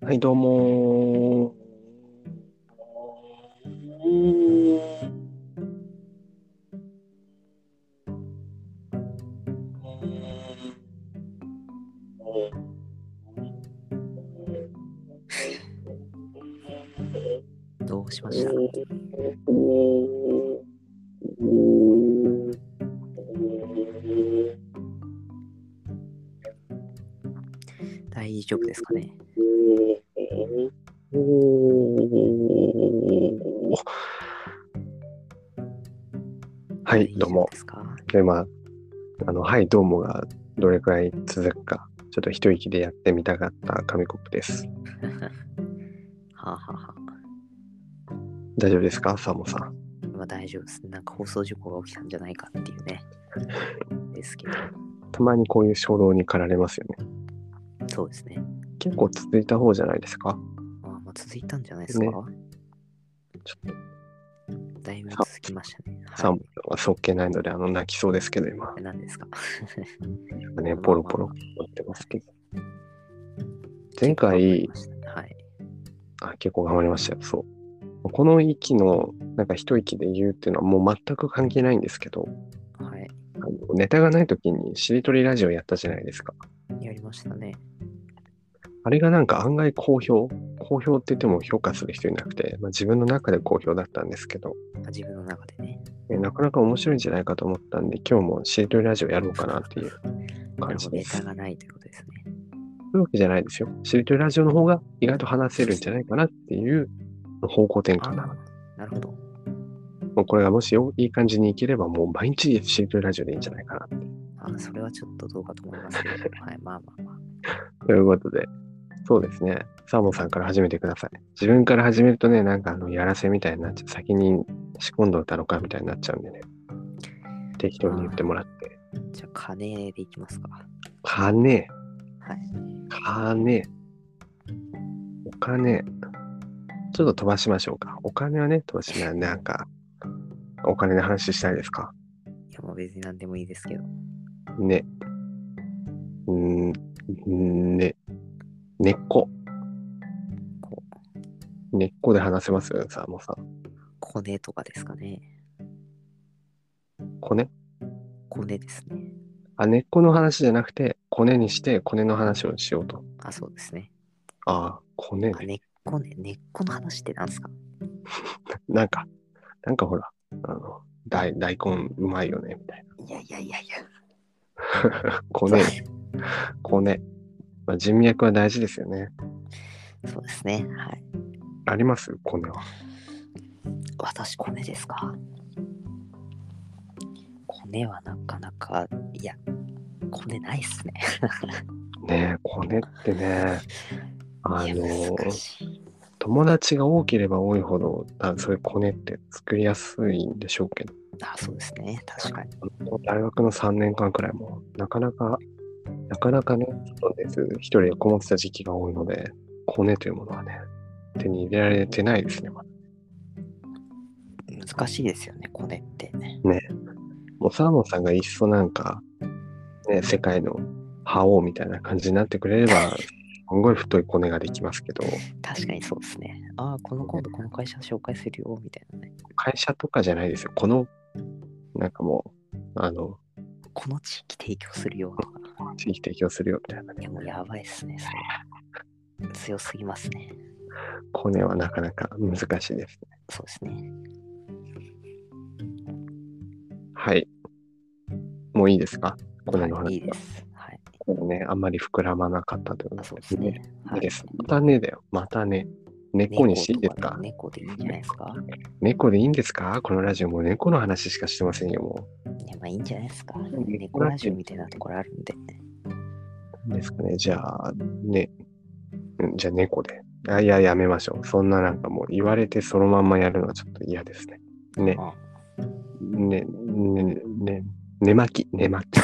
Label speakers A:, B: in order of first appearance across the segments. A: はい、どうもー。
B: どうしました大丈夫ですかね
A: はい、どう
B: 大丈
A: も
B: 夫。ですか
A: じゃあ今、あの、はい、どうもがどれくらい続くか、ちょっと一息でやってみたかった紙コップです。
B: はあ、はあはあ、
A: 大丈夫ですかサモさん。
B: まあ大丈夫です。なんか放送事故が起きたんじゃないかっていうね。ですけど、
A: たまにこういう衝動に駆られますよね。
B: そうですね。
A: 結構続いた方じゃないですか
B: まあまあ続いたんじゃないですか、
A: ねちょっ
B: だいぶ続きましたね。
A: と、サ
B: は
A: モさんはそっけないので、あの、泣きそうですけど、今
B: い。。何ですか
A: ね、ポロポロ言ってますけど。前
B: わか
A: 回
B: りま、したはい。
A: あ、結構頑張りましたよ、そう。この息の、なんか一息で言うっていうのはもう全く関係ないんですけど、
B: はい。
A: あのネタがない時にしりとりラジオやったじゃないですか。
B: やりましたね。
A: あれがなんか案外好評。好評って言っても評価する人いなくて、まあ、自分の中で好評だったんですけど、
B: あ自分の中でね。
A: えなかなか面白いんじゃないかと思ったんで、今日もしりとりラジオやろうかなっていう
B: な
A: 感
B: る
A: じ
B: ほど
A: で
B: ネ
A: す。
B: タ
A: そう
B: がないということですね。
A: いうわけじゃないですよ。しりとりラジオの方が意外と話せるんじゃないかなっていう方向転
B: あ
A: 換なの。
B: なるほど。
A: もうこれがもしよいい感じにいければ、もう毎日しりとりラジオでいいんじゃないかなって。
B: あそれはちょっとどうかと思いますけど。はい、まあまあまあ。
A: ということで、そうですね。サーモンさんから始めてください。自分から始めるとね、なんかあの、やらせみたいになっちゃう。先に仕込んどいたのかみたいになっちゃうんでね。適当に言ってもらって。
B: じゃあ、金でいきますか。
A: 金、
B: はい。
A: 金、お金。ちょっと飛ばしましょうか。お金はね、飛ばしない。なんか、お金の話したいですか
B: いや、まあ別に何でもいいですけど。
A: ね。んー、ね。根っこ。
B: こ
A: 根っこで話せますさあ、もうさ。
B: コネとかですかね。
A: コネ
B: コネですね。
A: あ、根っこの話じゃなくて、コネにして、コネの話をしようと。
B: あ、そうですね。
A: ああ、コネ
B: あ、
A: ね。
B: 根っこね。根っこの話って何ですか
A: なんか、なんかほら、あの、大大根うまいよね、みたい
B: いやいやいやいや。
A: な。コネ、コネ。まあ、人脈は大事ですよね。
B: そうですね。はい。
A: ありますコネは。
B: 私、コネですか。コネはなかなか、いや、コネないっすね。
A: ねえ、コネってね、あの
B: いや難しい。
A: 友達が多ければ多いほど、あそういうコネって作りやすいんでしょうけど、
B: あ、そうですね。確かに。
A: 大学の3年間くらいも、なかなか、なかなかね、そうです。一人でこもってた時期が多いので、コネというものはね、手に入れられてないですね。まだ
B: 難しいですよね、コネって。
A: もうサーモンさんがいっそなんか、ね、世界の覇王みたいな感じになってくれれば、すんごい太いコネができますけど、
B: 確かにそうですね。ああ、この今度この会社紹介するよ、みたいなね。
A: 会社とかじゃないですよ。この、なんかもう、あの、
B: この地域提供するよ、とか。
A: 地域提供するよみたいなね
B: いや、もうやばいっすね、それ。強すぎますね。
A: コネはなかなか難しいですね。
B: そうですね。
A: はい。もういいですかコネの話は。
B: はい、いいです。はい。
A: これね、あんまり膨らまなかったというこ
B: あ
A: と
B: そう
A: で
B: ですす
A: ね。
B: ね。
A: い
B: はいい
A: で。す。またねだよ。またね。根っこにしていいです
B: 猫と
A: か
B: ね猫でいいんじゃないですか
A: 猫でいいんですかこのラジオもう猫の話しかしてませんよ、も
B: いや、まあいいんじゃないですか。
A: 猫だって
B: 猫ラジオみたいなところあるんで。
A: う。ですかね。じゃあ、ね。うんじゃあ猫で。あいや、やめましょう。そんななんかもう言われてそのまんまやるのはちょっと嫌ですね。ね。
B: あ
A: ね、ね、ね、寝巻き、寝巻き。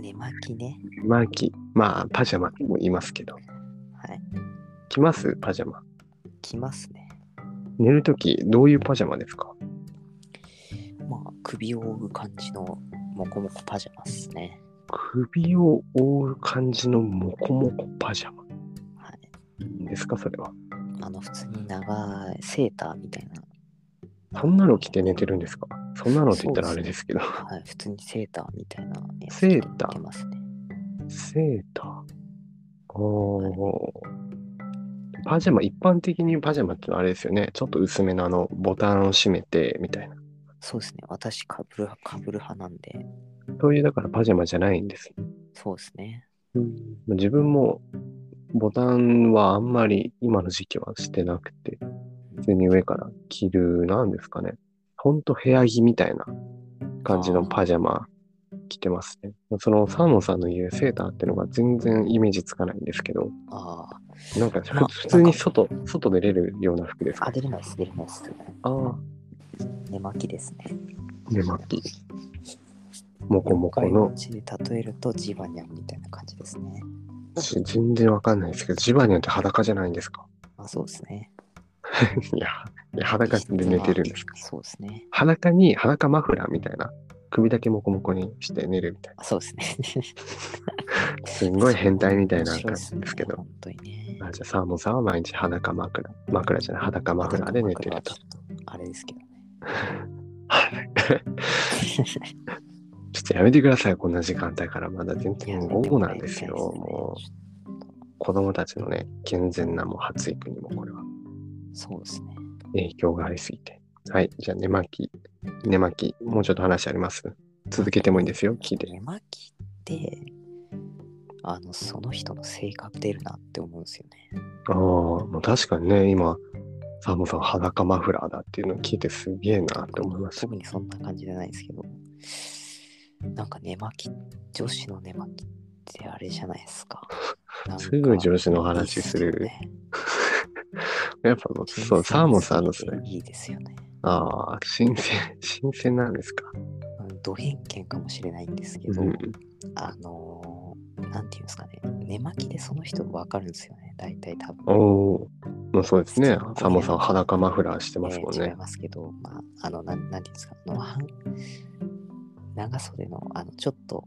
B: 寝巻きね。
A: 寝巻き。まあ、パジャマも言いますけど。
B: はい。
A: 着ますパジャマ。
B: 来ますね。
A: 寝るとき、どういうパジャマですか
B: まあ、首を覆う感じのモコモコパジャマっすね。
A: 首を覆う感じのモコモコパジャマ。ですか、それは。
B: あの、普通に長いセーターみたいな。
A: そんなの着て寝てるんですかそんなのって言ったらあれですけど。
B: はい、普通にセーターみたいなやつ
A: セー
B: 着
A: ター
B: てますね。
A: セーター。おー。パジャマ、一般的にパジャマってのはあれですよね。ちょっと薄めのあの、ボタンを閉めて、みたいな。
B: そうですね。私、かぶる派、かぶる派なんで、
A: そういう、だからパジャマじゃないんです。
B: そうですね。
A: 自分も、ボタンはあんまり今の時期はしてなくて、普通に上から着る、なんですかね。ほんと部屋着みたいな感じのパジャマ着てますね。そのサーモンさんの言うセーターってのが全然イメージつかないんですけど、
B: あ
A: なんか
B: まあ
A: 普通に外、外出れるような服です
B: あ、
A: か
B: あ、出れないです、出れないです。
A: ああ、
B: 寝巻きですね。
A: 寝巻き。もこもこ
B: 妖怪
A: の
B: の、地で例えるとジバニャンみたいな感じですね。
A: ち全然わかんないですけど、ジバニャンって裸じゃないんですか
B: あ、そうですね。
A: いや、いや裸で寝てるんですか
B: そうですね。
A: 裸に、裸マフラーみたいな。首だけもこもこにして寝るみたい
B: あ、そうですね。
A: な。すんごい変態みたいな感じ
B: 面白いっ
A: ですけど。
B: ね、本当にね。
A: あじゃあサーモンさんは毎日裸枕。枕じゃない、裸マフラーで寝てると。
B: ちょっとあれですけどね。
A: ちょっとやめてください、こんな時間帯から。まだ全
B: いや
A: 然午後なんですよ。も。
B: や
A: う、子供たちのね、健全なもう発育にもこれは
B: めてもらいたいですねそうですね。
A: 影響がありすぎて。はい、じゃあ寝巻き。寝巻き、もうちょっと話あります続けてもいいですよ、聞いて。
B: 寝巻きって、あの、その人の性格出るなって思うんですよね。
A: ああ、もう確かにね、今、サーモンさん裸マフラーだっていうのを聞いてすげえなって思いました。
B: 特にそんな感じじゃないですけど、なんか寝巻き、女子の寝巻きってあれじゃないですか。なんか
A: すぐ女子の話す
B: いいっよ
A: る。
B: ね
A: やっぱもう、そう、サーモンさんのそれ。。
B: いいですよね。
A: ああ、新鮮、新鮮なんですか。
B: うんド偏見かもしれないんですけど、
A: うん。
B: あのーなんていうんですかね、寝巻きでその人わかるんですよね、大体多
A: お
B: 分。
A: おー、まあそうですね。
B: そう
A: サーモンさんは裸マフラーしてますもん
B: えー違い
A: ね。
B: ますけど、まあ、あの、なんなんていうんですか、あの半長袖の、あの、ちょっと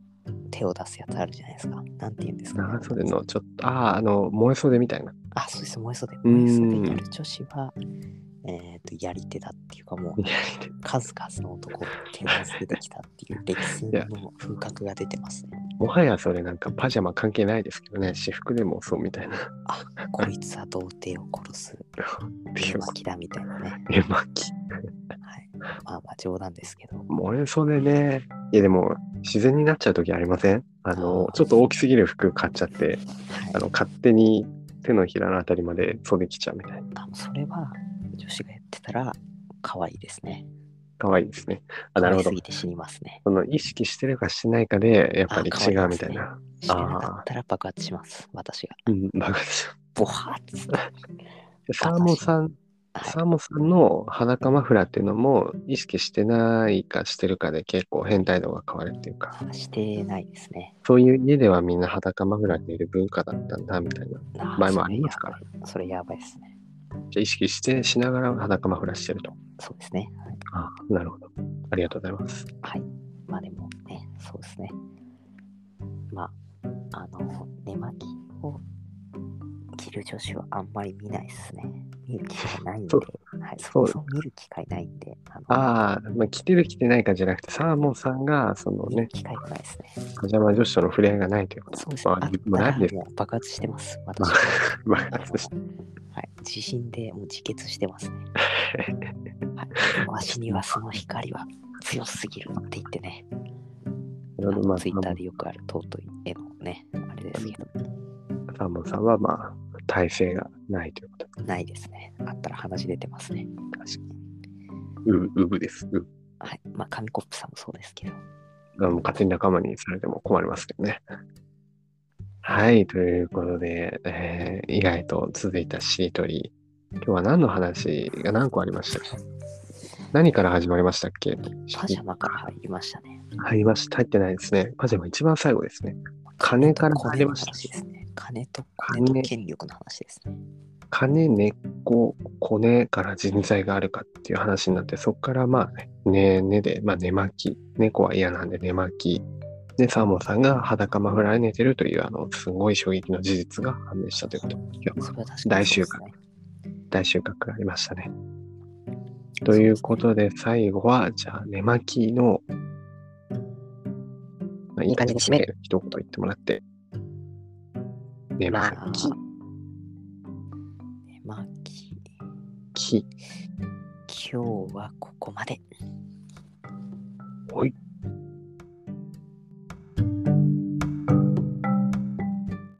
B: 手を出すやつあるじゃないですか。なんていうんですか、
A: 長袖のちょっと、ああ、あの、燃え袖みたいな。
B: あ、そうです、燃え袖。
A: ん
B: 燃え袖やる女子は、えっ、と、やり手だっていうか、も う、数々の男を手なずけてきたっていう歴史
A: いや
B: の風格が出てますね。
A: もはやそれなんかパジャマ関係ないですけどね、私服でもそうみたいな。
B: あ、こいつは童貞を殺す
A: 手
B: 手巻きだみたい なね。
A: 巻き。
B: はい。まあまあ冗談ですけど。
A: 燃え袖ね。いやでも、自然になっちゃう時ありませんあの
B: あー、
A: ちょっと大きすぎる服買っちゃって、
B: はい
A: あ。の、勝手に手のひらのあたりまで袖着ちゃうみたいな。
B: あのそれは女子がやってたら可愛いですね。
A: かわいいですね。あ、なるほ
B: 可
A: ど
B: 愛す。ぎて死にますね。
A: その意識してるかしてないかで、やっぱり違うみたいな。
B: 死ねなかったら爆発します。私が。
A: うん、バカでしょ。
B: ボハッつって。
A: でサーモンさん、
B: はい
A: サーモンさんの裸マフラーっていうのも意識してないかしてるかで結構変態度が変わるっていうか、
B: あしてないですね。
A: そういう家ではみんな裸マフラーでいる文化だったんだみたいな。
B: あ
A: 場合もありますから。
B: それやばいそれやばいですね。
A: じゃあ意識してしながら裸マフラーしてると。
B: そうですね。はい
A: あなるほど。ありがとうございます。
B: はい。まあでもね、そうですね。まあ、あの、寝巻きを着る女子はあんまり見ないですね。見る機会ないんで、
A: そう
B: はい、そ
A: そう
B: もそも見る機会ないんで、あの
A: ああ、まあ、着てる着てないかじゃなくて、サーモンさんが、その
B: 見る
A: ね、
B: 機会がないですね。
A: パジャマ女子との触れ合いがないということ。
B: そうですね。
A: まあ、もうないです。
B: もう爆発してます。私
A: まあ
B: は。
A: まあ
B: あのはい、地震でもう自決し てますね。はい、わしにはその光は強すぎるって言ってね、
A: なるほどまあ
B: ツイッターでよくある尊い絵のね、あれですけど、
A: サーモンさんは、まあ、体勢がないということ。
B: ないですね。あったら話出てますね。
A: う、うぶです。う
B: はい、まあ、紙コップさんもそうですけど、
A: あの勝手に仲間にされても困りますけどね。はい、ということで、えー意外と続いたしりとり。今日は何の話が何個ありましたっけ何から始まりましたっけ
B: パジャマから入りましたね。
A: 入りました。入ってないですね。パジャマ一番最後ですね。金から入りました
B: 金の話ですね。金と金と権力の話ですね。
A: 金、根っこ、骨から人材があるかっていう話になって、そこからまあね、ね、ねで、まあ、寝巻き。猫は嫌なんで寝巻き。で、サーモンさんが裸マフラーで寝てるという、あの、すごい衝撃の事実が判明したということ。今日
B: それは確かに
A: 大収穫
B: そうですね
A: 大収穫がありましたね。ということで、最後は、じゃあ、寝巻きの、まあ、い
B: い感じに締める。
A: 一言言ってもらって。寝
B: まあ
A: 巻き、
B: 寝巻き
A: き、
B: 今日はここまで
A: おい。